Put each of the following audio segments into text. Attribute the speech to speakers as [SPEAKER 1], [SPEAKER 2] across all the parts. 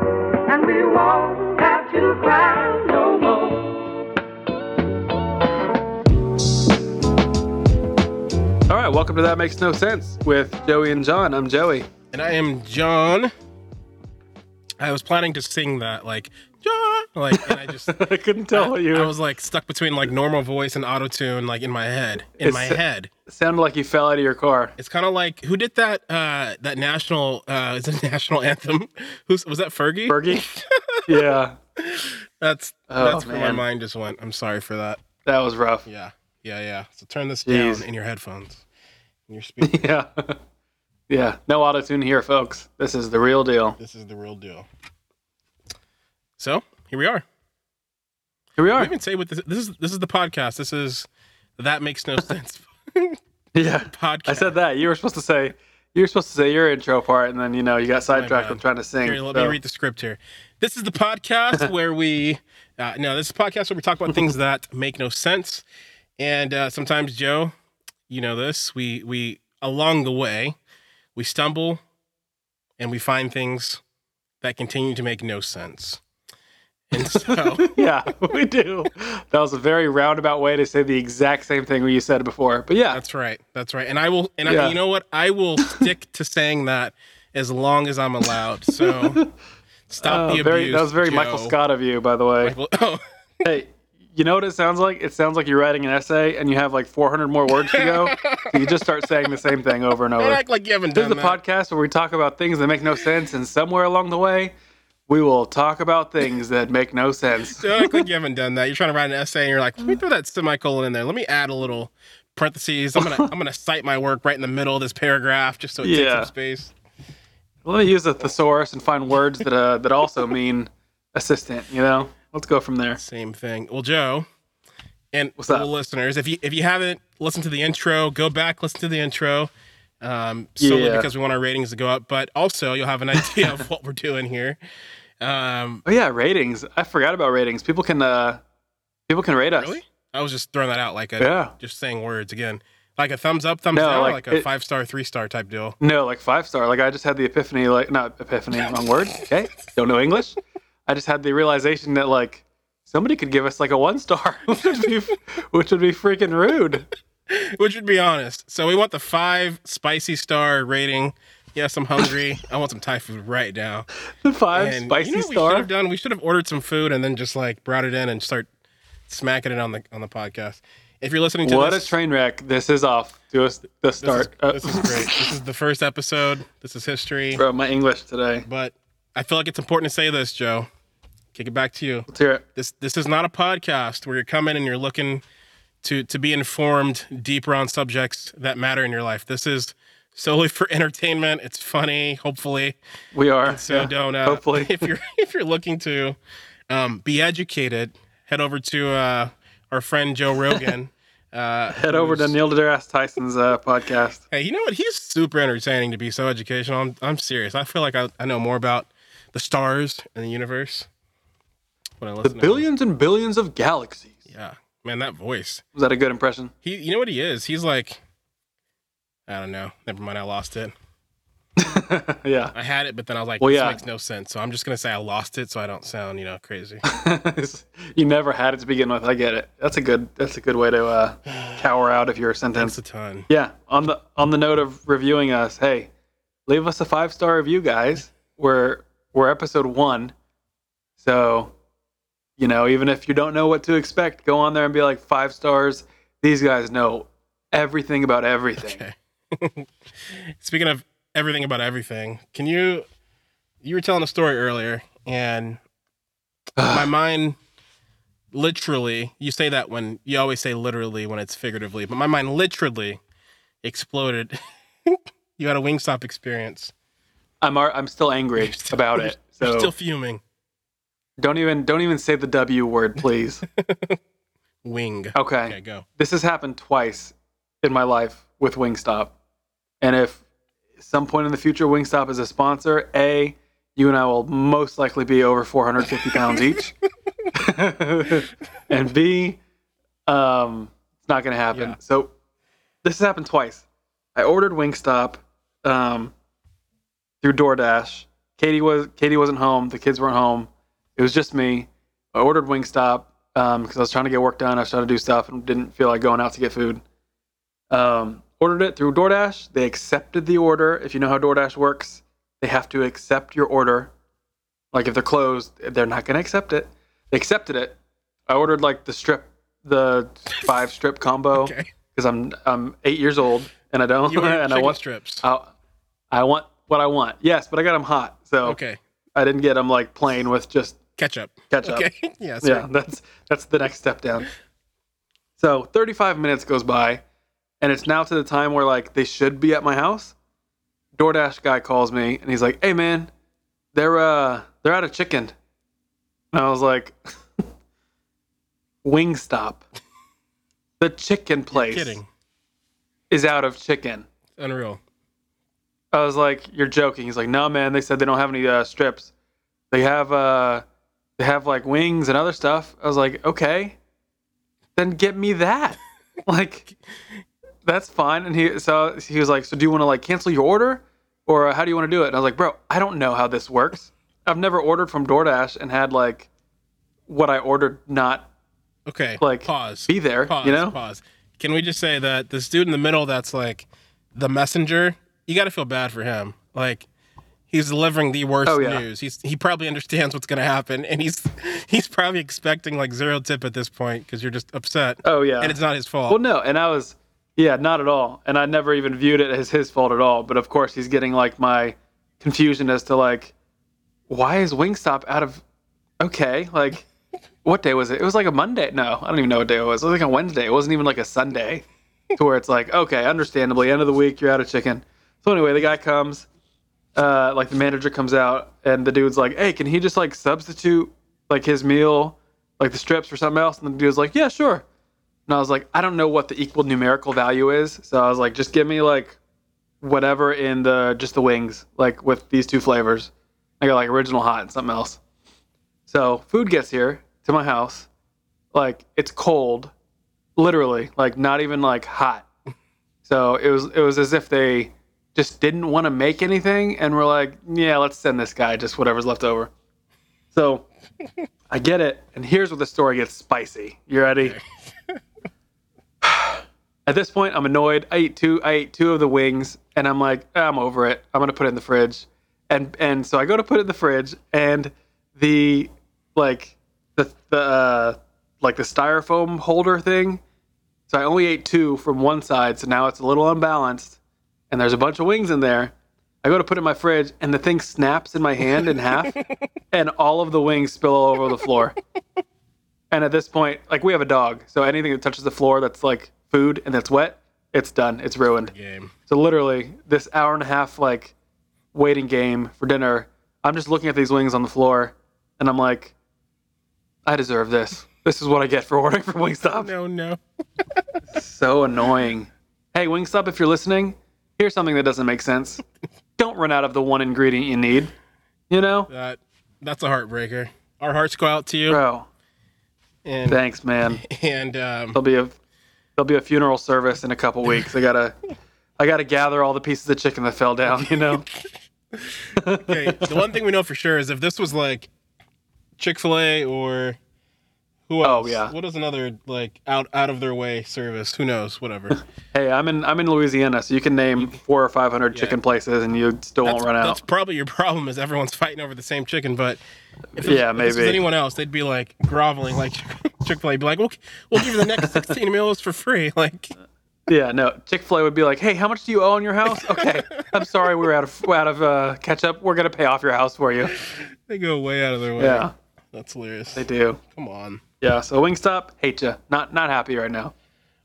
[SPEAKER 1] and we won't have to cry no more.
[SPEAKER 2] All right, welcome to That Makes No Sense with Joey and John. I'm Joey.
[SPEAKER 3] And I am John. I was planning to sing that like John, like, and I just
[SPEAKER 2] I couldn't tell what you
[SPEAKER 3] I was like stuck between like normal voice and auto tune, like in my head. In
[SPEAKER 2] It's-
[SPEAKER 3] my head,
[SPEAKER 2] sounded like you fell out of your car.
[SPEAKER 3] it's kind of like who did that? Uh, that national uh, is it national anthem? Who's was that? Fergie.
[SPEAKER 2] Fergie? yeah,
[SPEAKER 3] That's
[SPEAKER 2] Oh,
[SPEAKER 3] that's where my
[SPEAKER 2] man.
[SPEAKER 3] mind just went. I'm sorry for that.
[SPEAKER 2] that was rough.
[SPEAKER 3] Yeah, yeah, yeah. So turn this
[SPEAKER 2] Jeez.
[SPEAKER 3] down in your headphones, in your speaker.
[SPEAKER 2] Yeah. Yeah, no auto tune here, folks. This is the real deal.
[SPEAKER 3] this is the real deal. So here we are.
[SPEAKER 2] Here we
[SPEAKER 3] I
[SPEAKER 2] are.
[SPEAKER 3] even say what this, this is. This is the podcast. This is that makes no sense.
[SPEAKER 2] Yeah.
[SPEAKER 3] podcast.
[SPEAKER 2] I said that. You were supposed to say you were supposed to say your intro part and then you know you got sidetracked
[SPEAKER 3] bad.
[SPEAKER 2] with trying to sing.
[SPEAKER 3] Here, let
[SPEAKER 2] so-
[SPEAKER 3] me read the script here. This is the podcast where we, uh, no, this is the podcast where we talk about things that make no sense. And uh, sometimes, Joe, you know this. We we along the way, we stumble, and we find things that continue to make no sense. And so,
[SPEAKER 2] yeah, we do. That was a very roundabout way to say the exact same thing you said before. But yeah,
[SPEAKER 3] That's right. That's right. And I will. And
[SPEAKER 2] Yeah.
[SPEAKER 3] I, you know what? I will stick to saying that as long as I'm allowed. So stop
[SPEAKER 2] Oh,
[SPEAKER 3] the
[SPEAKER 2] very-
[SPEAKER 3] abuse.
[SPEAKER 2] that was very
[SPEAKER 3] Joe.
[SPEAKER 2] Michael Scott of you, by the way.
[SPEAKER 3] Michael- oh,
[SPEAKER 2] hey, you know what it sounds like? It sounds like you're writing an essay and you have like 400 more words to go. so you just start saying the same thing over and
[SPEAKER 3] don't
[SPEAKER 2] over.
[SPEAKER 3] act like you haven't
[SPEAKER 2] This is
[SPEAKER 3] done
[SPEAKER 2] a
[SPEAKER 3] that.
[SPEAKER 2] podcast where we talk about things that make no sense, and somewhere along the way, we will talk about things that make no sense.
[SPEAKER 3] Don't act like you haven't done that. You're trying to write an essay, and you're like, let me throw that semicolon in there. Let me add a little parentheses. I'm gonna I'm gonna cite my work right in the middle of this paragraph just so it takes
[SPEAKER 2] Yeah.
[SPEAKER 3] up space.
[SPEAKER 2] Let me use a thesaurus and find words that uh, that also mean assistant. You know, let's go from there.
[SPEAKER 3] Same thing. Well, Joe, and
[SPEAKER 2] What's
[SPEAKER 3] all
[SPEAKER 2] up?
[SPEAKER 3] listeners, if you if you haven't listened to the intro, go back listen to the intro. Um, solely
[SPEAKER 2] Yeah.
[SPEAKER 3] because we want our ratings to go up, but also you'll have an idea of what we're doing here. Um,
[SPEAKER 2] Oh yeah, ratings. I forgot about ratings. People can uh, people can rate us.
[SPEAKER 3] really? I was just throwing that out like a
[SPEAKER 2] Yeah.
[SPEAKER 3] just saying words again, like a thumbs up, thumbs
[SPEAKER 2] No,
[SPEAKER 3] down,
[SPEAKER 2] like
[SPEAKER 3] like, a
[SPEAKER 2] it-
[SPEAKER 3] five star, three star type deal.
[SPEAKER 2] No, like five star. Like I just had the epiphany, like not epiphany, wrong word. Okay, don't know English. I just had the realization that like somebody could give us like a one star, which would be, which would be freaking rude.
[SPEAKER 3] Which would be honest. So we want the five spicy star rating. Yes, I'm hungry. I want some Thai food right now.
[SPEAKER 2] The five
[SPEAKER 3] And
[SPEAKER 2] spicy
[SPEAKER 3] you know what We should
[SPEAKER 2] star.
[SPEAKER 3] have done. We should have ordered some food and then just like brought it in and start smacking it on the on the podcast. If you're listening to
[SPEAKER 2] What
[SPEAKER 3] this,
[SPEAKER 2] a train wreck! This is off to us the
[SPEAKER 3] this is,
[SPEAKER 2] start.
[SPEAKER 3] this
[SPEAKER 2] Uh,
[SPEAKER 3] is great. This is the first episode. This is history.
[SPEAKER 2] bro, my English today.
[SPEAKER 3] But I feel like it's important to say this, Joe. Kick it back to you.
[SPEAKER 2] Let's hear it.
[SPEAKER 3] This this is not a podcast where you're coming and you're looking to to be informed deeper on subjects that matter in your life. This is solely for entertainment. It's funny, hopefully.
[SPEAKER 2] We are.
[SPEAKER 3] So
[SPEAKER 2] yeah.
[SPEAKER 3] don't uh,
[SPEAKER 2] Hopefully.
[SPEAKER 3] if you're if you're looking to um, be educated, head over to uh, our friend Joe Rogan. uh,
[SPEAKER 2] Head over to Neil deGrasse Tyson's uh, podcast.
[SPEAKER 3] hey, you know what? He's super entertaining to be so educational. I'm, I'm serious. I feel like I, I know more about the stars and the universe when I
[SPEAKER 2] The
[SPEAKER 3] listen. to him.
[SPEAKER 2] billions and billions of galaxies.
[SPEAKER 3] Yeah, man, that voice.
[SPEAKER 2] Was that a good impression?
[SPEAKER 3] He, you know what he is? He's like, I don't know. Never mind. I lost it.
[SPEAKER 2] yeah.
[SPEAKER 3] I had it, but then I was like,
[SPEAKER 2] Well,
[SPEAKER 3] this
[SPEAKER 2] yeah.
[SPEAKER 3] makes no sense. So I'm just gonna say I lost it, so I don't sound, you know, crazy.
[SPEAKER 2] you never had it to begin with. I get it. That's a good. That's a good way to uh, cower out of your
[SPEAKER 3] That's
[SPEAKER 2] sentence.
[SPEAKER 3] a ton.
[SPEAKER 2] Yeah. On the on the note of reviewing us, hey, leave us a five star review, guys. We're we're episode one, so you know even if you don't know what to expect, go on there and be like five stars. These guys know everything about everything.
[SPEAKER 3] Okay. Speaking of everything about everything, can you? You were telling a story earlier, and my mind literally. You say that when you always say literally when it's figuratively, but my mind literally exploded. you had a Wingstop experience.
[SPEAKER 2] I'm ar- I'm still angry
[SPEAKER 3] still-
[SPEAKER 2] about it.
[SPEAKER 3] You're
[SPEAKER 2] So
[SPEAKER 3] still fuming.
[SPEAKER 2] don't even don't even say the W word, please.
[SPEAKER 3] Wing.
[SPEAKER 2] Okay.
[SPEAKER 3] Okay, go.
[SPEAKER 2] this has happened twice in my life with Wingstop. And if some point in the future Wingstop is a sponsor, A, you and I will most likely be over 450 pounds each. and B, um, it's not going to happen.
[SPEAKER 3] Yeah.
[SPEAKER 2] So this has happened twice. I ordered Wingstop um, through DoorDash. Katie was Katie wasn't home. The kids weren't home. It was just me. I ordered Wingstop because I was trying to get work done. I was trying to do stuff and didn't feel like going out to get food. Um, ordered it through DoorDash. They accepted the order. If you know how DoorDash works, they have to accept your order. Like if they're closed, they're not going to accept it. They accepted it. I ordered like the strip, the five strip combo because
[SPEAKER 3] Okay.
[SPEAKER 2] I'm I'm eight years old and I don't
[SPEAKER 3] You were
[SPEAKER 2] and I
[SPEAKER 3] chicken
[SPEAKER 2] want
[SPEAKER 3] strips.
[SPEAKER 2] I, I want what I want. Yes, but I got them hot, so
[SPEAKER 3] Okay.
[SPEAKER 2] I didn't get them like plain with just
[SPEAKER 3] Ketchup.
[SPEAKER 2] ketchup.
[SPEAKER 3] Okay.
[SPEAKER 2] yeah,
[SPEAKER 3] Yeah. sorry.
[SPEAKER 2] that's that's the next step down. So 35 minutes goes by, and it's now to the time where like they should be at my house. DoorDash guy calls me and he's like, "Hey man, they're uh they're out of chicken," and I was like, "Wingstop, the chicken place
[SPEAKER 3] Kidding.
[SPEAKER 2] is out of chicken."
[SPEAKER 3] Unreal.
[SPEAKER 2] I was like, "You're joking." He's like, "No, man. They said they don't have any uh, strips. They have uh, they have like wings and other stuff." I was like, "Okay, then get me that." like, that's fine. And he so he was like, "So do you want to like cancel your order, or uh, how do you want to do it?" And I was like, "Bro, I don't know how this works. I've never ordered from DoorDash and had like what I ordered not
[SPEAKER 3] Okay.
[SPEAKER 2] Like,
[SPEAKER 3] pause.
[SPEAKER 2] be there.
[SPEAKER 3] Pause.
[SPEAKER 2] you know?
[SPEAKER 3] Pause. Can we just say that this dude in the middle that's like the messenger, you got to feel bad for him. Like he's delivering the worst
[SPEAKER 2] Oh, yeah.
[SPEAKER 3] news. He's he probably understands what's going to happen and he's he's probably expecting like zero tip at this point cuz you're just upset
[SPEAKER 2] Oh yeah.
[SPEAKER 3] and it's not his fault.
[SPEAKER 2] Well, no, and I was, yeah, not at all, and I never even viewed it as his fault at all. But of course, he's getting like my confusion as to like, why is Wingstop out of? Okay, like, what day was it? It was like a Monday. No, I don't even know what day it was. It was like a Wednesday. It wasn't even like a Sunday, to where it's like, okay, understandably, end of the week, you're out of chicken. So anyway, the guy comes, uh, like the manager comes out, and the dude's like, hey, can he just like substitute like his meal, like the strips for something else? And the dude's like, yeah, sure. And I was like, I don't know what the equal numerical value is. So I was like, just give me like whatever in the just the wings, like with these two flavors. I got like original hot and something else. So food gets here to my house. Like it's cold. Literally. Like not even like hot. So it was it was as if they just didn't want to make anything and were like, yeah, let's send this guy just whatever's left over. So I get it. And here's where the story gets spicy. You ready? At this point, I'm annoyed. I ate two. I ate two of the wings, and I'm like, "Ah, I'm over it. I'm gonna put it in the fridge, and and so I go to put it in the fridge, and the like the the uh, like the styrofoam holder thing. So I only ate two from one side, so now it's a little unbalanced, and there's a bunch of wings in there. I go to put it in my fridge, and the thing snaps in my hand in half, and all of the wings spill all over the floor. And at this point, like we have a dog, so anything that touches the floor that's like food and that's wet, it's done. It's ruined.
[SPEAKER 3] Game.
[SPEAKER 2] So literally, this hour and a half like waiting game for dinner, I'm just looking at these wings on the floor, and I'm like, I deserve this. This is what I get for ordering from Wingstop.
[SPEAKER 3] No, no.
[SPEAKER 2] So annoying. Hey, Wingstop, if you're listening, here's something that doesn't make sense. Don't run out of the one ingredient you need. You know,
[SPEAKER 3] That that's a heartbreaker. Our hearts go out to you
[SPEAKER 2] bro.
[SPEAKER 3] and
[SPEAKER 2] Thanks, man.
[SPEAKER 3] and um
[SPEAKER 2] There'll be a there'll be a funeral service in a couple weeks. I gotta I gotta gather all the pieces of chicken that fell down. You know.
[SPEAKER 3] Okay, the one thing we know for sure is if this was like Chick Fil A or who
[SPEAKER 2] Oh,
[SPEAKER 3] else?
[SPEAKER 2] yeah.
[SPEAKER 3] What is another like out out of their way service? Who knows? Whatever.
[SPEAKER 2] Hey, I'm in I'm in Louisiana, so you can name four or five hundred chicken places, and you still won't run
[SPEAKER 3] That's
[SPEAKER 2] out.
[SPEAKER 3] probably your problem is everyone's fighting over the same chicken. But if
[SPEAKER 2] Yeah,
[SPEAKER 3] if this was
[SPEAKER 2] maybe.
[SPEAKER 3] anyone else, they'd be like groveling, like Chick Fil A, be like, "We'll we'll give you the next sixteen meals for free." Like,
[SPEAKER 2] Yeah, no. Chick Fil A would be like, "Hey, how much do you owe on your house?" Okay, I'm sorry, we're out of we're out of uh, ketchup. We're gonna pay off your house for you.
[SPEAKER 3] they go way out of their way.
[SPEAKER 2] Yeah,
[SPEAKER 3] that's hilarious.
[SPEAKER 2] they do.
[SPEAKER 3] Come on.
[SPEAKER 2] Yeah, so Wingstop, hate you. Not not happy right now,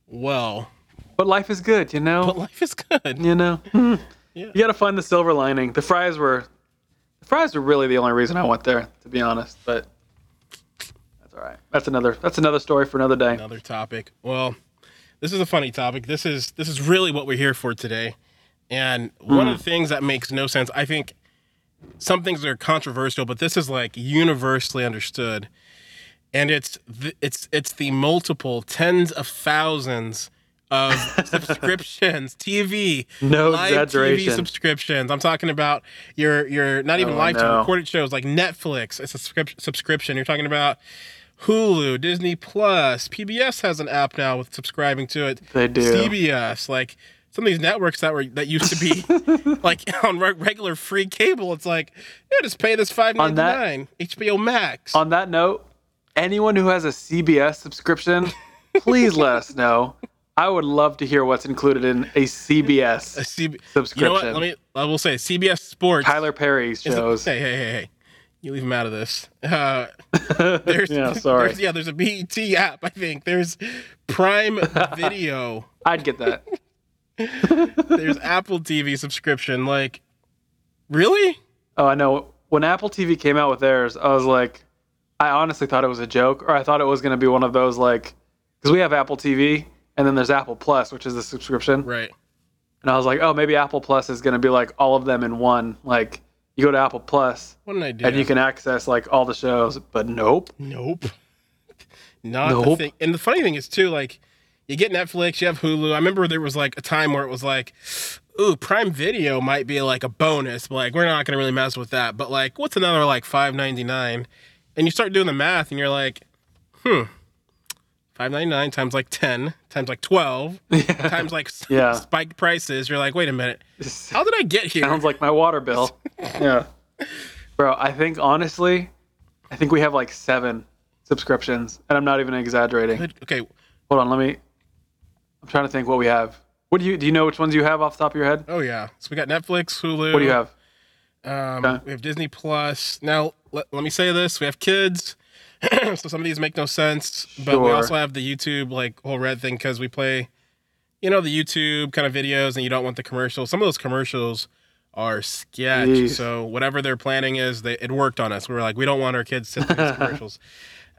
[SPEAKER 3] Well,
[SPEAKER 2] but life is good, you know.
[SPEAKER 3] but life is good.
[SPEAKER 2] you know Hmm.
[SPEAKER 3] Yeah.
[SPEAKER 2] you gotta find the silver lining the fries were the fries were really the only reason i went there to be honest but that's all right that's another that's another story for another day
[SPEAKER 3] another topic. Well, this is a funny topic. This is this is really what we're here for today. And one of the things that makes no sense, I think some things are controversial, but this is like universally understood. And it's th- it's it's the multiple tens of thousands of subscriptions, TV,
[SPEAKER 2] No
[SPEAKER 3] live TV
[SPEAKER 2] exaggeration.
[SPEAKER 3] subscriptions. I'm talking about your your not even
[SPEAKER 2] Oh,
[SPEAKER 3] live
[SPEAKER 2] no.
[SPEAKER 3] recorded shows like Netflix. It's a subscrip- subscription. You're talking about Hulu, Disney Plus, PBS has an app now with subscribing to it.
[SPEAKER 2] they do.
[SPEAKER 3] CBS, like some of these networks that were that used to be like on re- regular free cable. It's like yeah, just pay this five ninety
[SPEAKER 2] On that-
[SPEAKER 3] nine HBO Max.
[SPEAKER 2] On that note, anyone who has a CBS subscription, please let us know. I would love to hear what's included in a
[SPEAKER 3] A
[SPEAKER 2] CBS
[SPEAKER 3] CB- Uh, you know
[SPEAKER 2] subscription.
[SPEAKER 3] what? Let me. I will say CBS Sports.
[SPEAKER 2] Tyler Perry's
[SPEAKER 3] is a-
[SPEAKER 2] shows.
[SPEAKER 3] hey, hey, hey, hey! You leave him out of this. Uh, there's,
[SPEAKER 2] yeah, sorry.
[SPEAKER 3] There's, yeah, there's a BET app. I think there's Prime Video.
[SPEAKER 2] I'd get that.
[SPEAKER 3] There's Apple TV subscription. Like, really?
[SPEAKER 2] Oh, I know. When Apple TV came out with theirs, I was like, I honestly thought it was a joke, or I thought it was going to be one of those like, because we have Apple TV, and then there's Apple Plus, which is the subscription,
[SPEAKER 3] Right.
[SPEAKER 2] and I was like, oh, maybe Apple Plus is going to be like all of them in one. Like, you go to Apple Plus,
[SPEAKER 3] What an idea.
[SPEAKER 2] and you can access like all the shows, but nope.
[SPEAKER 3] Nope. Not the
[SPEAKER 2] Nope.
[SPEAKER 3] thing. And the funny thing is too, like you get Netflix, you have Hulu. I remember there was like a time where it was like, ooh, Prime Video might be like a bonus, but like we're not gonna really mess with that. But like, what's another like five ninety nine? And you start doing the math and you're like, hmm. Five ninety nine times like ten times like twelve times like s-
[SPEAKER 2] Yeah.
[SPEAKER 3] spiked prices. You're like, wait a minute, how did I get here?
[SPEAKER 2] Sounds like my water bill. yeah. Bro, I think honestly, I think we have like seven subscriptions, and I'm not even exaggerating.
[SPEAKER 3] okay,
[SPEAKER 2] Hold on, let me. I'm trying to think what we have. What do you do? You know which ones you have off the top of your head?
[SPEAKER 3] oh yeah. So we got Netflix, Hulu.
[SPEAKER 2] What do you have?
[SPEAKER 3] Um,
[SPEAKER 2] Okay.
[SPEAKER 3] We have Disney Plus. Now, let, let me say this: we have kids, so some of these make no sense. But we
[SPEAKER 2] Sure.
[SPEAKER 3] also have the YouTube like whole red thing because we play, you know, the YouTube kind of videos, and you don't want the commercials. Some of those commercials are sketch.
[SPEAKER 2] Jeez.
[SPEAKER 3] So whatever their planning is, they, it worked on us. We were like, we don't want our kids to see these commercials.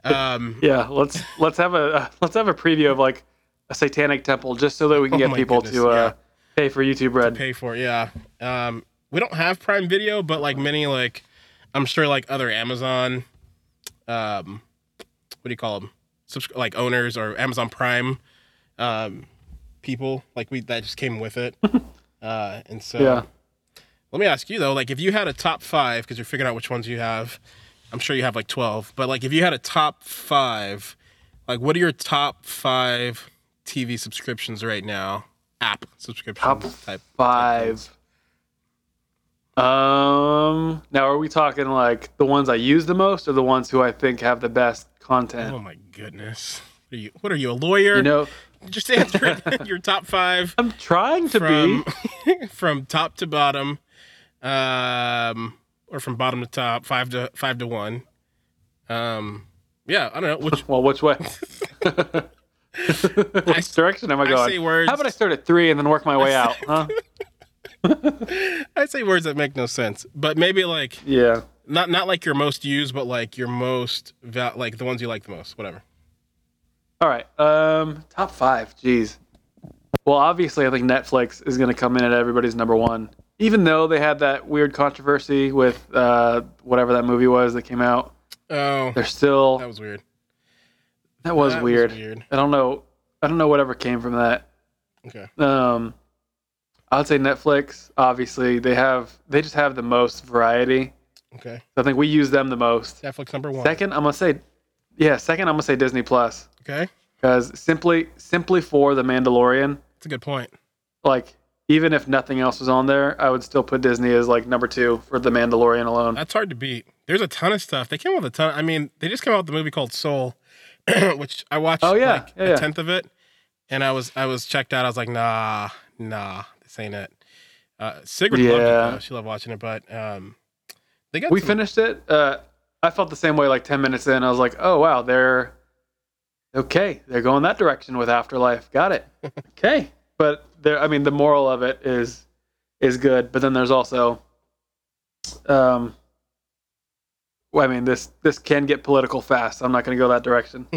[SPEAKER 3] Um,
[SPEAKER 2] Yeah, let's let's have a uh, let's have a preview of like a satanic temple just so that we can
[SPEAKER 3] Oh
[SPEAKER 2] get
[SPEAKER 3] my
[SPEAKER 2] people
[SPEAKER 3] goodness,
[SPEAKER 2] to uh,
[SPEAKER 3] yeah.
[SPEAKER 2] pay for YouTube Red.
[SPEAKER 3] pay for it, yeah. Um, we don't have Prime Video, but like many, like I'm sure, like other Amazon, um, what do you call them? Subscri- like owners or Amazon Prime, um, people like we that just came with it. uh, and so
[SPEAKER 2] Yeah.
[SPEAKER 3] let me ask you though, like if you had a top five, because you're figuring out which ones you have, I'm sure you have like 12, but like if you had a top five, like what are your top five TV subscriptions right now? App subscriptions
[SPEAKER 2] Top
[SPEAKER 3] type
[SPEAKER 2] Five. Um. Now, are we talking like the ones I use the most, or the ones who I think have the best content?
[SPEAKER 3] Oh my goodness. What are you, what are you a lawyer?
[SPEAKER 2] You know,
[SPEAKER 3] Just answer it. your top five
[SPEAKER 2] I'm trying to
[SPEAKER 3] from
[SPEAKER 2] be.
[SPEAKER 3] from top to bottom, um, or from bottom to top, five to five to one. Um, yeah, I don't know. Which
[SPEAKER 2] Well, which way?
[SPEAKER 3] I,
[SPEAKER 2] Which direction am I going?
[SPEAKER 3] say words.
[SPEAKER 2] How about I start at three and then work my way out? Huh?
[SPEAKER 3] I say words that make no sense, but maybe like
[SPEAKER 2] Yeah.
[SPEAKER 3] not not like your most used, but like your most val- like the ones you like the most. Whatever.
[SPEAKER 2] All right. Um, top five. Jeez. Well, obviously, I think Netflix is going to come in at everybody's number one, even though they had that weird controversy with uh, whatever that movie was that came out.
[SPEAKER 3] Oh,
[SPEAKER 2] They're still
[SPEAKER 3] that was weird.
[SPEAKER 2] that was
[SPEAKER 3] that was
[SPEAKER 2] weird.
[SPEAKER 3] weird.
[SPEAKER 2] I don't know. I don't know whatever came from that.
[SPEAKER 3] Okay.
[SPEAKER 2] Um, I'd say Netflix. Obviously, they have they just have the most variety.
[SPEAKER 3] Okay.
[SPEAKER 2] I think we use them the most.
[SPEAKER 3] Netflix number one.
[SPEAKER 2] Second, I'm gonna say, yeah. Second, I'm gonna say Disney Plus
[SPEAKER 3] Okay.
[SPEAKER 2] because simply simply for the Mandalorian.
[SPEAKER 3] That's a good point.
[SPEAKER 2] like even if nothing else was on there, I would still put Disney as like number two for The Mandalorian alone.
[SPEAKER 3] That's hard to beat. There's a ton of stuff. They came out with a ton. I mean, they just came out with the movie called Soul, which I watched.
[SPEAKER 2] Oh, yeah.
[SPEAKER 3] like,
[SPEAKER 2] Yeah,
[SPEAKER 3] a
[SPEAKER 2] yeah.
[SPEAKER 3] tenth of it, and I was I was checked out. I was like, nah, nah, this ain't it. Uh, Sigrid loved it
[SPEAKER 2] Yeah.
[SPEAKER 3] though. She loved watching it, but um, they got
[SPEAKER 2] We
[SPEAKER 3] some-
[SPEAKER 2] finished it. Uh, I felt the same way like ten minutes in. I was like, oh wow, they're okay. They're going that direction with Afterlife. Got it. okay, but there. I mean, the moral of it is is good. But then there's also, um, well, I mean, this this can get political fast. I'm not going to go that direction.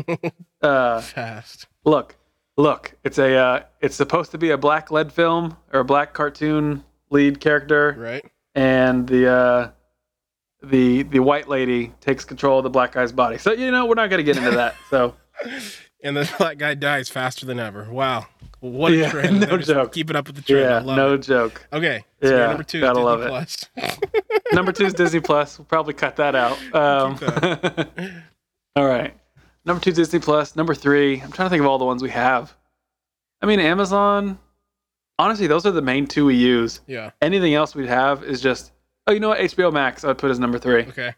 [SPEAKER 2] uh,
[SPEAKER 3] fast.
[SPEAKER 2] Look, look, it's a uh, it's supposed to be a black lead film or a black cartoon lead character,
[SPEAKER 3] Right?
[SPEAKER 2] and the uh, the the white lady takes control of the black guy's body. So you know we're not gonna get into that. So
[SPEAKER 3] And the black guy dies faster than ever. Wow. What a
[SPEAKER 2] Yeah,
[SPEAKER 3] trend!
[SPEAKER 2] no
[SPEAKER 3] They're just
[SPEAKER 2] joke.
[SPEAKER 3] Keeping up with the trend. I
[SPEAKER 2] Yeah,
[SPEAKER 3] love
[SPEAKER 2] no
[SPEAKER 3] it.
[SPEAKER 2] joke.
[SPEAKER 3] Okay. so you're
[SPEAKER 2] Yeah,
[SPEAKER 3] number two.
[SPEAKER 2] gotta
[SPEAKER 3] Disney
[SPEAKER 2] love it.
[SPEAKER 3] Plus.
[SPEAKER 2] Number two is Disney Plus. We'll probably cut that out. Um, all right. Number two, Disney Plus. Number three, I'm trying to think of all the ones we have. I mean, Amazon. Honestly, those are the main two we use.
[SPEAKER 3] yeah.
[SPEAKER 2] Anything else we have is just, oh, you know what? HBO Max, I'd put as number three.
[SPEAKER 3] Okay.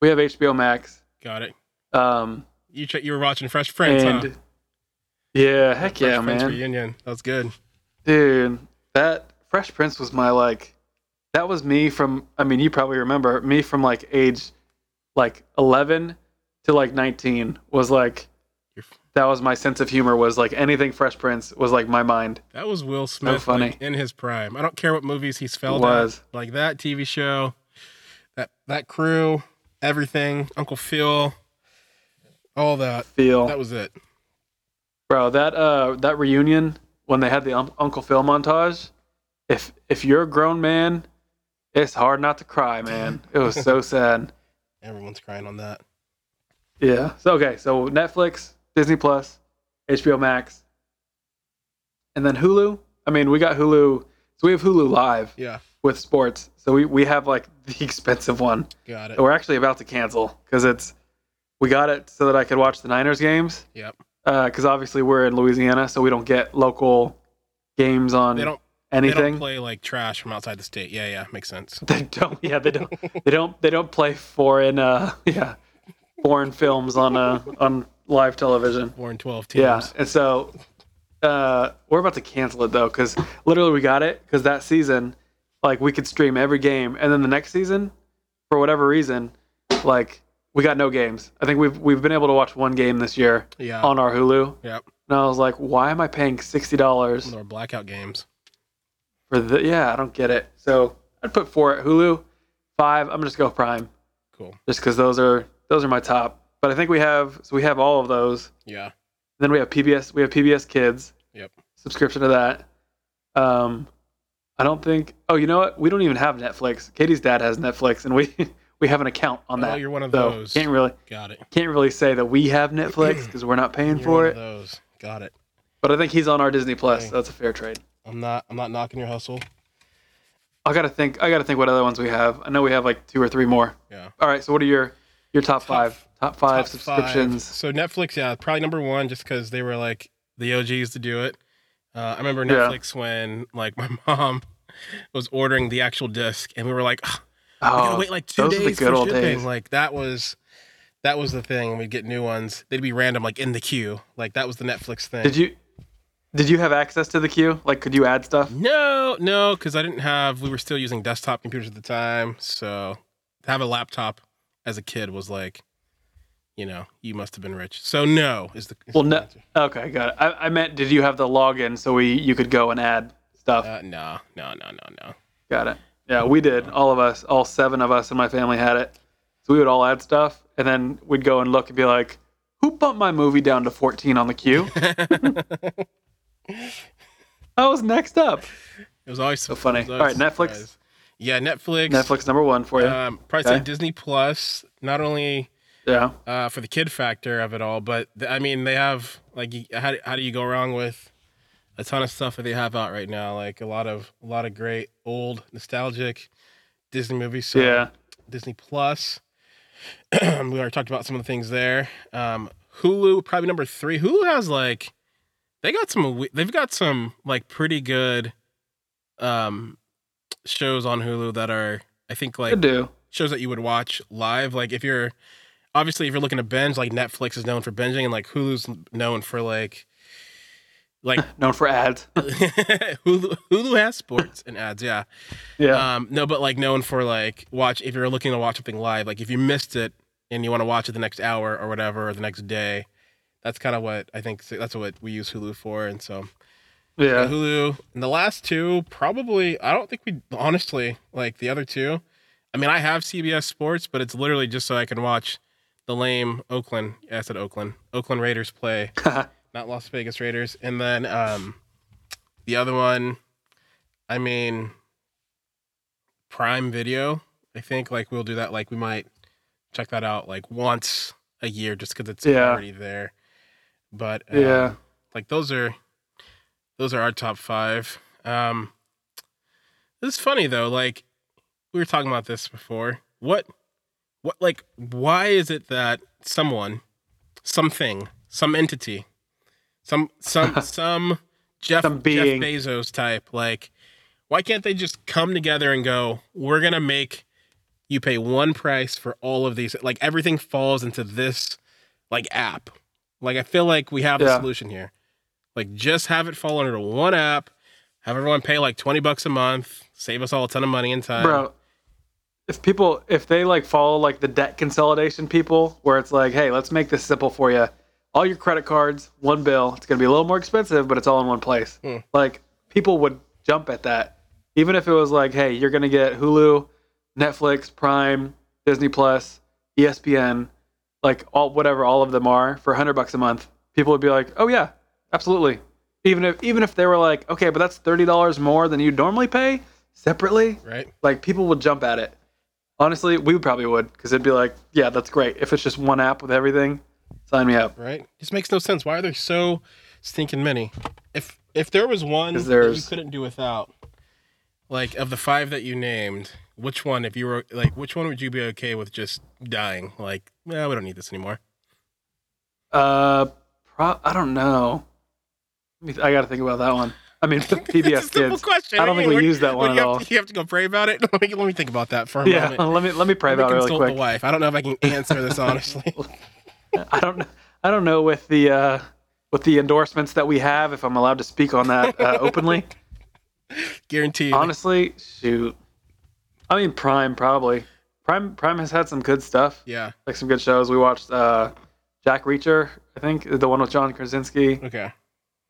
[SPEAKER 2] We have HBO Max.
[SPEAKER 3] Got it.
[SPEAKER 2] Um,
[SPEAKER 3] You ch- you were watching Fresh Prince,
[SPEAKER 2] and
[SPEAKER 3] huh?
[SPEAKER 2] yeah, heck
[SPEAKER 3] Fresh
[SPEAKER 2] yeah,
[SPEAKER 3] Prince
[SPEAKER 2] man.
[SPEAKER 3] reunion. That was good.
[SPEAKER 2] Dude, that Fresh Prince was my like that was me from I mean, you probably remember me from like age like 11 to like 19 was like
[SPEAKER 3] You're f-
[SPEAKER 2] that was my sense of humor was like anything Fresh Prince was like my mind.
[SPEAKER 3] That was Will Smith like,
[SPEAKER 2] funny.
[SPEAKER 3] in his prime. I don't care what movies he's failed
[SPEAKER 2] Was.
[SPEAKER 3] at. Like that TV show, that that crew, everything, Uncle Phil, all that.
[SPEAKER 2] Feel.
[SPEAKER 3] That was it.
[SPEAKER 2] Bro, that uh that reunion when they had the um, Uncle Phil montage, if if you're a grown man, it's hard not to cry, man. It was so sad.
[SPEAKER 3] Everyone's crying on that.
[SPEAKER 2] Yeah. So okay, so Netflix, Disney Plus, HBO Max, and then Hulu. I mean, we got Hulu. So we have Hulu Live
[SPEAKER 3] Yeah.
[SPEAKER 2] with sports. So we, we have like the expensive one
[SPEAKER 3] Got it.
[SPEAKER 2] that we're actually about to cancel because it's we got it so that I could watch the Niners games
[SPEAKER 3] Yep.
[SPEAKER 2] because obviously we're in Louisiana, so we don't get local games on
[SPEAKER 3] They don't
[SPEAKER 2] anything.
[SPEAKER 3] they don't play like trash from outside the state. Yeah, yeah, makes sense.
[SPEAKER 2] They don't. Yeah, they don't. they don't. They don't play foreign. Uh, yeah, foreign films on uh, on live television.
[SPEAKER 3] Four and twelve teams.
[SPEAKER 2] Yeah, and so uh, we're about to cancel it though, because literally we got it because that season, like we could stream every game, and then the next season, for whatever reason, like we got no games. I think we've we've been able to watch one game this year
[SPEAKER 3] Yeah.
[SPEAKER 2] on our Hulu,
[SPEAKER 3] yep.
[SPEAKER 2] and I was like, why am I paying sixty dollars
[SPEAKER 3] Or blackout games.
[SPEAKER 2] for the? Yeah, I don't get it. So I'd put four at Hulu, five. I'm just go Prime,
[SPEAKER 3] Cool.
[SPEAKER 2] just because those are those are my top. But I think we have so we have all of those.
[SPEAKER 3] Yeah.
[SPEAKER 2] Then we have PBS. We have PBS Kids.
[SPEAKER 3] Yep.
[SPEAKER 2] Subscription to that. Um, I don't think. Oh, you know what? We don't even have Netflix. Katie's dad has Netflix, and we we have an account on
[SPEAKER 3] Oh,
[SPEAKER 2] that.
[SPEAKER 3] you're one of
[SPEAKER 2] so
[SPEAKER 3] those.
[SPEAKER 2] can't really
[SPEAKER 3] Got it.
[SPEAKER 2] can't really say that we have Netflix because we're not paying
[SPEAKER 3] You're
[SPEAKER 2] for
[SPEAKER 3] one of
[SPEAKER 2] it.
[SPEAKER 3] those. Got it.
[SPEAKER 2] But I think he's on our Disney Plus.
[SPEAKER 3] Dang.
[SPEAKER 2] So that's a fair trade.
[SPEAKER 3] I'm not I'm not knocking your hustle.
[SPEAKER 2] I gotta think. I gotta think what other ones we have. I know we have like two or three more.
[SPEAKER 3] Yeah.
[SPEAKER 2] All right. So what are your your top,
[SPEAKER 3] Top-
[SPEAKER 2] five? Top five
[SPEAKER 3] Top five.
[SPEAKER 2] subscriptions.
[SPEAKER 3] So Netflix, yeah, probably number one, just because they were like the OGs to do it. Uh, I remember
[SPEAKER 2] Yeah.
[SPEAKER 3] Netflix when like my mom was ordering the actual disc, and we were like, "Ugh, we gotta
[SPEAKER 2] Oh,
[SPEAKER 3] wait like two
[SPEAKER 2] those are the
[SPEAKER 3] days
[SPEAKER 2] good
[SPEAKER 3] for
[SPEAKER 2] old
[SPEAKER 3] shipping."
[SPEAKER 2] days.
[SPEAKER 3] Like that was that was the thing. We'd get new ones. They'd be random, like in the queue. Like that was the Netflix thing.
[SPEAKER 2] did you did you have access to the queue? Like, could you add stuff?
[SPEAKER 3] No, no, because I didn't have. We were still using desktop computers at the time, so to have a laptop as a kid was like, you know, you must have been rich. So no is the is
[SPEAKER 2] Well,
[SPEAKER 3] the
[SPEAKER 2] no.
[SPEAKER 3] answer.
[SPEAKER 2] Okay, got it. I, I meant, did you have the login so we you could go and add stuff?
[SPEAKER 3] Uh, no, no, no, no, no.
[SPEAKER 2] got it. Yeah, we did. All of us, all seven of us in my family had it. So we would all add stuff, and then we'd go and look and be like, "Who bumped my movie down to 14 on the queue? I was next up."
[SPEAKER 3] It was always so
[SPEAKER 2] funny. All right, Netflix?
[SPEAKER 3] Yeah, Netflix.
[SPEAKER 2] Netflix number one for you.
[SPEAKER 3] Um, probably say
[SPEAKER 2] Okay.
[SPEAKER 3] Disney Plus. Not only
[SPEAKER 2] yeah,
[SPEAKER 3] uh, for the kid factor of it all, but th- I mean, they have like you- how do- how do you go wrong with a ton of stuff that they have out right now? Like a lot of a lot of great old nostalgic Disney movies. So
[SPEAKER 2] yeah.
[SPEAKER 3] Disney Plus. we already talked about some of the things there. Um, Hulu probably number three. Hulu has like they got some we- they've got some like pretty good um shows on Hulu that are I think like
[SPEAKER 2] Could do.
[SPEAKER 3] shows that you would watch live. Like if you're obviously if you're looking to binge, like Netflix is known for binging, and like Hulu's known for like like
[SPEAKER 2] Known for ads.
[SPEAKER 3] Hulu Hulu has sports and ads, yeah.
[SPEAKER 2] yeah.
[SPEAKER 3] Um, no, but like known for like watch if you're looking to watch something live, like if you missed it and you want to watch it the next hour or whatever or the next day. That's kind of what I think. That's what we use Hulu for, and so
[SPEAKER 2] yeah.
[SPEAKER 3] Hulu. And the last two, probably, I don't think we, honestly, like the other two. I mean, I have CBS Sports, but it's literally just so I can watch the lame Oakland. Yeah, I said Oakland. Oakland Raiders play, not Las Vegas Raiders. And then um, the other one, I mean, Prime Video. I think like we'll do that. Like we might check that out like once a year just because it's
[SPEAKER 2] Yeah.
[SPEAKER 3] already there. But
[SPEAKER 2] Yeah.
[SPEAKER 3] like those are those are our top five. Um, this is funny though. Like we were talking about this before. What, what, like, why is it that someone, something, some entity, some, some, some Jeff,
[SPEAKER 2] Some
[SPEAKER 3] Jeff
[SPEAKER 2] being.
[SPEAKER 3] Bezos type, like, why can't they just come together and go, we're gonna make you pay one price for all of these? Like everything falls into this, like app. Like I feel like we have the
[SPEAKER 2] Yeah.
[SPEAKER 3] solution here. Like just have it fall under one app, have everyone pay like twenty bucks a month, save us all a ton of money and time.
[SPEAKER 2] bro if people if they like follow like the debt consolidation people where it's like hey let's make this simple for you all your credit cards one bill it's going to be a little more expensive but it's all in one place
[SPEAKER 3] Hmm.
[SPEAKER 2] like people would jump at that even if it was like hey you're going to get hulu netflix prime disney plus E espn like all whatever all of them are for 100 bucks a month people would be like oh yeah absolutely even if even if they were like okay but that's $30 more than you normally pay separately
[SPEAKER 3] Right?
[SPEAKER 2] like people would jump at it. Honestly, we probably would because it'd be like, yeah, that's great. If it's just one app with everything, sign me up.
[SPEAKER 3] Right? Just makes no sense. Why are there so stinking many? If if there was one
[SPEAKER 2] 'Cause
[SPEAKER 3] that you
[SPEAKER 2] there's-
[SPEAKER 3] couldn't do without, like of the five that you named, which one if you were like which one would you be okay with just dying? Like, nah, we don't need this anymore.
[SPEAKER 2] Uh, pro- I don't know. Let me- I got to think about that one. I mean, PBS
[SPEAKER 3] It's a simple
[SPEAKER 2] kids.
[SPEAKER 3] question.
[SPEAKER 2] I don't think we
[SPEAKER 3] What-
[SPEAKER 2] used that one
[SPEAKER 3] what do
[SPEAKER 2] at
[SPEAKER 3] you have
[SPEAKER 2] all.
[SPEAKER 3] to- you have to go pray about it. let, me, let me think about that for a
[SPEAKER 2] Yeah,
[SPEAKER 3] moment.
[SPEAKER 2] let me let me pray
[SPEAKER 3] Let
[SPEAKER 2] about
[SPEAKER 3] me
[SPEAKER 2] it really
[SPEAKER 3] consult
[SPEAKER 2] quick.
[SPEAKER 3] the wife. I don't know if I can answer this honestly.
[SPEAKER 2] I don't I don't know with the uh, with the endorsements that we have if I'm allowed to speak on that uh, openly.
[SPEAKER 3] Guaranteed.
[SPEAKER 2] Honestly, shoot. I mean, Prime probably. Prime Prime has had some good stuff.
[SPEAKER 3] Yeah.
[SPEAKER 2] like some good shows. We watched uh, Jack Reacher, I think, the one with John Krasinski.
[SPEAKER 3] Okay.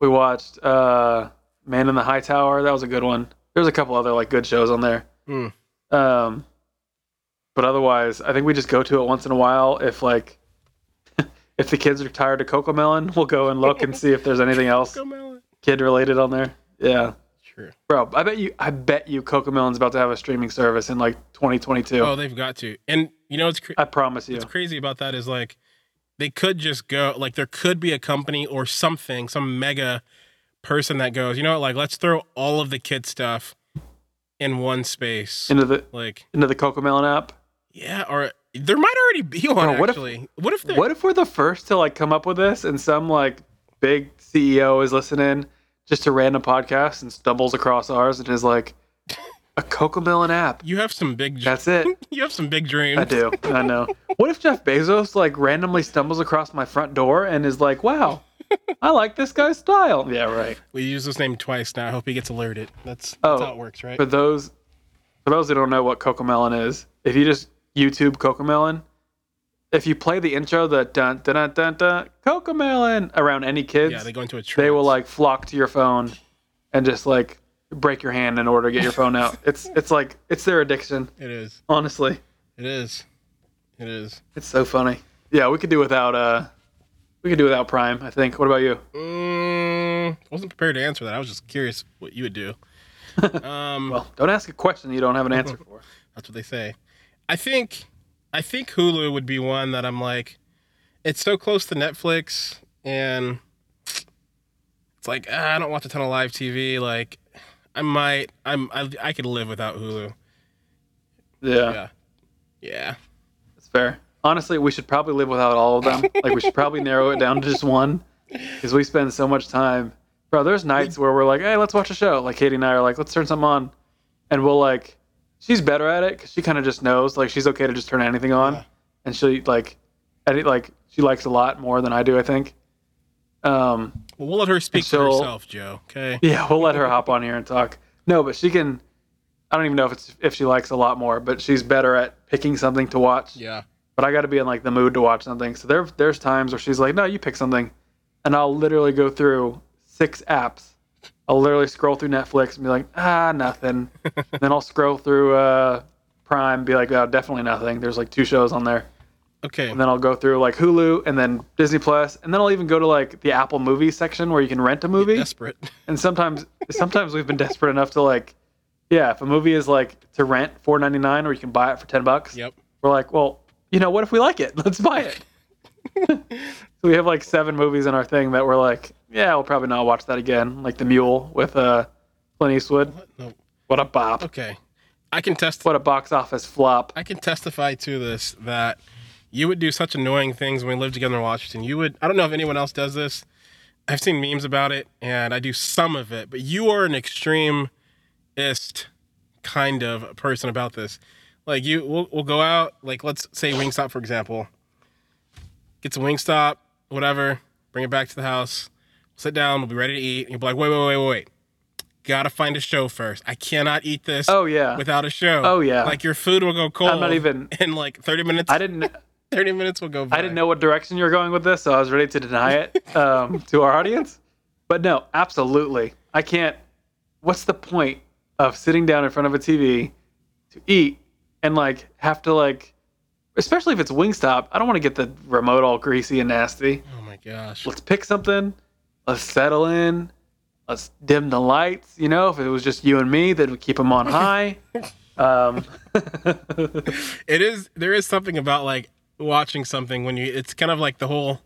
[SPEAKER 2] We watched uh, Man in the High Tower. That was a good one. There's a couple other like good shows on there.
[SPEAKER 3] Hmm.
[SPEAKER 2] Um, but otherwise, I think we just go to it once in a while. If like, if the kids are tired of Coco Melon, we'll go and look and see if there's anything else
[SPEAKER 3] Go Melon.
[SPEAKER 2] kid related on there. Yeah,
[SPEAKER 3] Sure.
[SPEAKER 2] bro. I bet you. I bet you Coco Melon's about to have a streaming service in like 2022.
[SPEAKER 3] Oh, they've got to. And you know what's cra-
[SPEAKER 2] I promise you.
[SPEAKER 3] what's crazy about that is like they could just go like there could be a company or something, some mega person that goes, you know what, like let's throw all of the kid stuff in one space.
[SPEAKER 2] Into the
[SPEAKER 3] like
[SPEAKER 2] into the Coco Melon app.
[SPEAKER 3] yeah, or there might already be one
[SPEAKER 2] what if-
[SPEAKER 3] actually. what if there
[SPEAKER 2] What if we're the first to like come up with this and some like big CEO is listening just to random podcasts and stumbles across ours and is like a Coca Melon app.
[SPEAKER 3] you have some big
[SPEAKER 2] That's it.
[SPEAKER 3] You have some big dreams.
[SPEAKER 2] I do. I know. What if Jeff Bezos like randomly stumbles across my front door and is like, "Wow, I like this guy's style." Yeah, right.
[SPEAKER 3] We use this name twice now. I hope he gets alerted. That's, that's
[SPEAKER 2] Oh,
[SPEAKER 3] how it works, right?
[SPEAKER 2] For those for those who don't know what Coca Melon is, if you just YouTube Coca Melon, if you play the intro, the dun dun dun dun, dun Coca Melon around any kids,
[SPEAKER 3] yeah, they go into a trance.
[SPEAKER 2] they will like flock to your phone and just like break your hand in order to get your phone out. It's it's like it's their addiction.
[SPEAKER 3] It is.
[SPEAKER 2] Honestly,
[SPEAKER 3] It is. It is.
[SPEAKER 2] it's so funny. Yeah, we could do without uh, we could do without Prime. I think. What about you?
[SPEAKER 3] Mm, wasn't prepared to answer that. I was just curious what you would do. Um,
[SPEAKER 2] Well, don't ask a question you don't have an answer for.
[SPEAKER 3] that's what they say. I think, I think Hulu would be one that I'm like, it's so close to Netflix, and it's like ah, I don't watch a ton of live TV. Like, I might, I'm, I, I could live without Hulu.
[SPEAKER 2] Yeah,
[SPEAKER 3] Yeah, yeah.
[SPEAKER 2] it's fair. Honestly, we should probably live without all of them. like we should probably narrow it down to just one, because we spend so much time. Bro, there's nights where we're like, hey, let's watch a show. Like Katie and I are like, let's turn something on, and we'll like, she's better at it because she kind of just knows. Like she's okay to just turn anything on.
[SPEAKER 3] Yeah.
[SPEAKER 2] and she like edit like she likes a lot more than I do, I think. Um,
[SPEAKER 3] Well, we'll let her speak for
[SPEAKER 2] so-
[SPEAKER 3] herself, Joe. Okay.
[SPEAKER 2] yeah, we'll let her hop on here and talk. No, but she can. I don't even know if it's if she likes a lot more, but she's better at picking something to watch.
[SPEAKER 3] Yeah.
[SPEAKER 2] But I got to be in like the mood to watch something. So there, there's times where she's like, "No, you pick something," and I'll literally go through six apps. I'll literally scroll through Netflix and be like, "Ah, nothing." and then I'll scroll through uh, Prime, be like, "Oh, definitely nothing." There's like two shows on there.
[SPEAKER 3] Okay.
[SPEAKER 2] and then I'll go through like Hulu and then Disney Plus, and then I'll even go to like the Apple Movie section where you can rent a movie.
[SPEAKER 3] Desperate.
[SPEAKER 2] And sometimes, sometimes we've been desperate enough to like, yeah, if a movie is like to rent four ninety nine or you can buy it for ten bucks,
[SPEAKER 3] Yep.
[SPEAKER 2] we're like, well, you know, what if we like it? Let's buy it. we have like seven movies in our thing that we're like, yeah, we'll probably not watch that again. Like The Mule with uh, Clint Eastwood.
[SPEAKER 3] No.
[SPEAKER 2] What a bop.
[SPEAKER 3] Okay. I can test
[SPEAKER 2] What a box office flop.
[SPEAKER 3] I can testify to this that you would do such annoying things when we lived together in Washington. You would I don't know if anyone else does this. I've seen memes about it and I do some of it, but you are an extremist kind of person about this. Like you we'll, we'll go out, like let's say Wingstop for example. Get some Wingstop, whatever, bring it back to the house, sit down, we'll be ready to eat, and you'll be like, wait, wait, wait, wait, wait. Gotta find a show first. I cannot eat this
[SPEAKER 2] Oh, yeah.
[SPEAKER 3] without a show.
[SPEAKER 2] Oh, yeah.
[SPEAKER 3] Like your food will go cold.
[SPEAKER 2] I'm not even-
[SPEAKER 3] in like 30 minutes.
[SPEAKER 2] I didn't.
[SPEAKER 3] 30 minutes will go. By.
[SPEAKER 2] I didn't know what direction you were going with this, so I was ready to deny it um, to our audience. But no, absolutely. I can't. What's the point of sitting down in front of a TV to eat and like have to like, especially if it's Wingstop? I don't want to get the remote all greasy and nasty.
[SPEAKER 3] Oh my gosh.
[SPEAKER 2] Let's pick something. Let's settle in. Let's dim the lights. You know, if it was just you and me, then we keep them on high. Um,
[SPEAKER 3] It is. There is something about like watching something when you. It's kind of like the whole.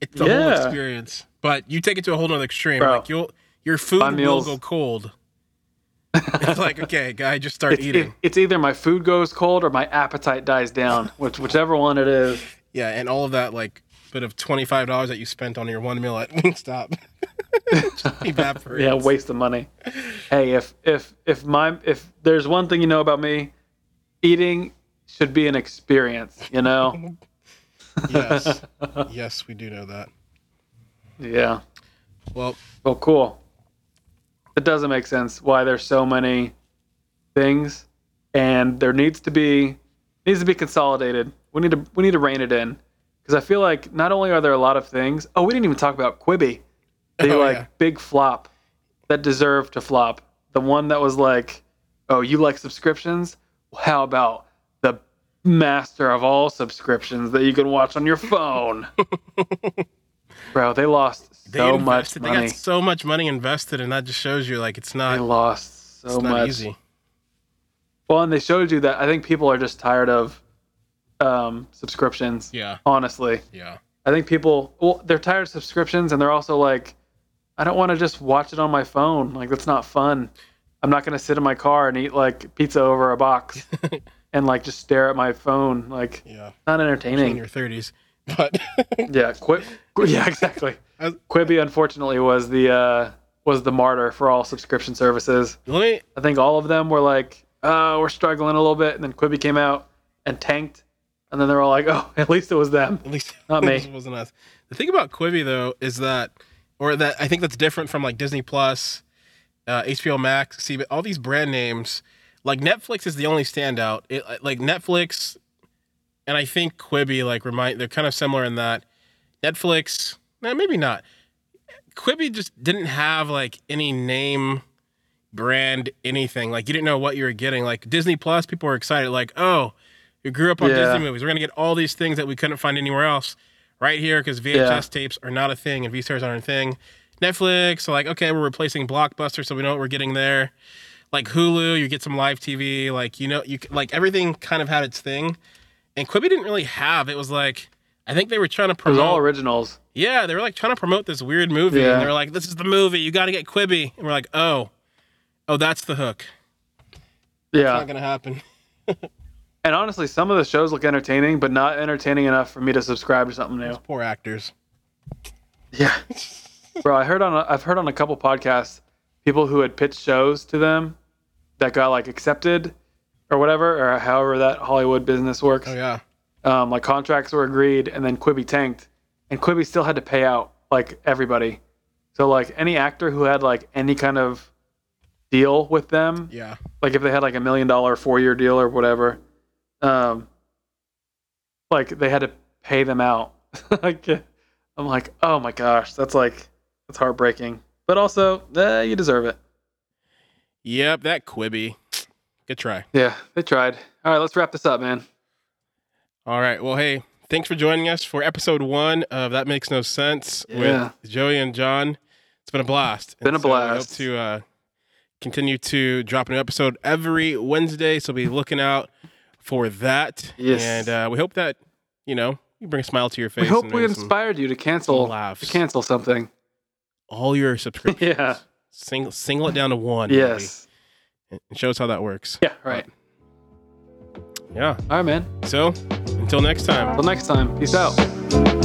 [SPEAKER 3] It's the whole
[SPEAKER 2] Yeah.
[SPEAKER 3] experience, but you take it to a whole nother extreme.
[SPEAKER 2] Bro.
[SPEAKER 3] Like you'll your food
[SPEAKER 2] My
[SPEAKER 3] will
[SPEAKER 2] meals-
[SPEAKER 3] go cold. it's like okay, guy, just start
[SPEAKER 2] it's,
[SPEAKER 3] eating.
[SPEAKER 2] it- it's either my food goes cold or my appetite dies down, which whichever one it is.
[SPEAKER 3] yeah, and all of that like bit of twenty five dollars that you spent on your one meal at Wingstop. just evaporates.
[SPEAKER 2] Yeah, waste of money. Hey, if if if my if there's one thing you know about me, eating should be an experience. You know?
[SPEAKER 3] yes, yes, we do know that.
[SPEAKER 2] yeah.
[SPEAKER 3] Well,
[SPEAKER 2] Well, cool. It doesn't make sense why there's so many things, and there needs to be needs to be consolidated. We need to we need to rein it in because I feel like not only are there a lot of things. Oh, we didn't even talk about Quibi, the
[SPEAKER 3] Oh,
[SPEAKER 2] like
[SPEAKER 3] yeah.
[SPEAKER 2] big flop that deserved to flop. The one that was like, oh, you like subscriptions? Well, how about the master of all subscriptions that you can watch on your phone? Bro, they lost
[SPEAKER 3] they
[SPEAKER 2] so much
[SPEAKER 3] invested,
[SPEAKER 2] money.
[SPEAKER 3] They got so much money invested, and that just shows you like it's
[SPEAKER 2] I
[SPEAKER 3] not,
[SPEAKER 2] lost so
[SPEAKER 3] it's not
[SPEAKER 2] much.
[SPEAKER 3] easy.
[SPEAKER 2] Well, and they showed you that I think people are just tired of um, subscriptions.
[SPEAKER 3] Yeah,
[SPEAKER 2] Honestly,
[SPEAKER 3] yeah.
[SPEAKER 2] I think people well they're tired of subscriptions, and they're also like, I don't want to just watch it on my phone. Like that's not fun. I'm not gonna sit in my car and eat like pizza over a box and like just stare at my phone. Like
[SPEAKER 3] Yeah,
[SPEAKER 2] not
[SPEAKER 3] in
[SPEAKER 2] entertaining.
[SPEAKER 3] your thirties, but
[SPEAKER 2] Yeah, quit. Yeah, exactly.
[SPEAKER 3] I was-
[SPEAKER 2] Quibi unfortunately was the uh, was the martyr for all subscription services.
[SPEAKER 3] let me.
[SPEAKER 2] I think all of them were like, "Oh, we're struggling a little bit," and then Quibi came out and tanked, and then they're all like, "Oh, at least it was them."
[SPEAKER 3] At least
[SPEAKER 2] Not me.
[SPEAKER 3] this wasn't us. The thing about Quibi though is that, or that I think that's different from like Disney Plus, uh, HBO Max, see, all these brand names. Like Netflix is the only standout. It, like Netflix, and I think Quibi like remind they're kind of similar in that Netflix, nah, maybe not. Quibi just didn't have like any name, brand, anything. Like you didn't know what you were getting. Like Disney Plus, people were excited. Like oh, we grew up on
[SPEAKER 2] Yeah.
[SPEAKER 3] Disney movies. We're gonna get all these things that we couldn't find anywhere else, right here because VHS
[SPEAKER 2] Yeah.
[SPEAKER 3] tapes are not a thing and VCRs aren't a thing. Netflix, so like okay, we're replacing Blockbuster, so we know what we're getting there like Hulu, you get some live TV, like you know, you c- like everything kind of had its thing, and Quibi didn't really have. It was like I think they were trying to
[SPEAKER 2] It was
[SPEAKER 3] promote.
[SPEAKER 2] all originals.
[SPEAKER 3] yeah, they were like trying to promote this weird movie,
[SPEAKER 2] Yeah.
[SPEAKER 3] and they were like, "This is the movie. You got to get Quibi." And we're like, "Oh, oh, that's the hook. Not
[SPEAKER 2] Yeah,
[SPEAKER 3] gonna happen."
[SPEAKER 2] and honestly, some of the shows look entertaining, but not entertaining enough for me to subscribe to something new.
[SPEAKER 3] Poor actors.
[SPEAKER 2] Yeah, bro, I heard on a, I've heard on a couple podcasts people who had pitched shows to them that got like accepted or whatever, or however that Hollywood business works.
[SPEAKER 3] Oh yeah,
[SPEAKER 2] um, like contracts were agreed and then Quibi tanked and Quibi still had to pay out like everybody. So like any actor who had like any kind of deal with them,
[SPEAKER 3] yeah.
[SPEAKER 2] like if they had like a million dollar four year deal or whatever, um, like they had to pay them out. like I'm like, oh my gosh, that's like that's heartbreaking. But also, eh, you deserve it.
[SPEAKER 3] Yep, that Quibi. Good try.
[SPEAKER 2] Yeah, they tried. All right, let's wrap this up, man.
[SPEAKER 3] All right. Well, hey, thanks for joining us for episode one of That Makes No Sense
[SPEAKER 2] Yeah.
[SPEAKER 3] with Joey and John. It's been a blast.
[SPEAKER 2] Been a
[SPEAKER 3] And so we hope
[SPEAKER 2] blast.
[SPEAKER 3] to uh, continue to drop an episode every Wednesday. So be looking out for that.
[SPEAKER 2] Yes.
[SPEAKER 3] And uh, we hope that, you know, You bring a smile to your face.
[SPEAKER 2] We hope
[SPEAKER 3] and
[SPEAKER 2] we
[SPEAKER 3] there's some-
[SPEAKER 2] inspired you to cancel
[SPEAKER 3] laughs.
[SPEAKER 2] to cancel something.
[SPEAKER 3] all your subscriptions.
[SPEAKER 2] Yeah.
[SPEAKER 3] Single single it down to one. maybe,
[SPEAKER 2] Yes.
[SPEAKER 3] and show us how that works.
[SPEAKER 2] Yeah. Right.
[SPEAKER 3] Yeah.
[SPEAKER 2] All right, man.
[SPEAKER 3] So until next time.
[SPEAKER 2] Till next time. Peace out.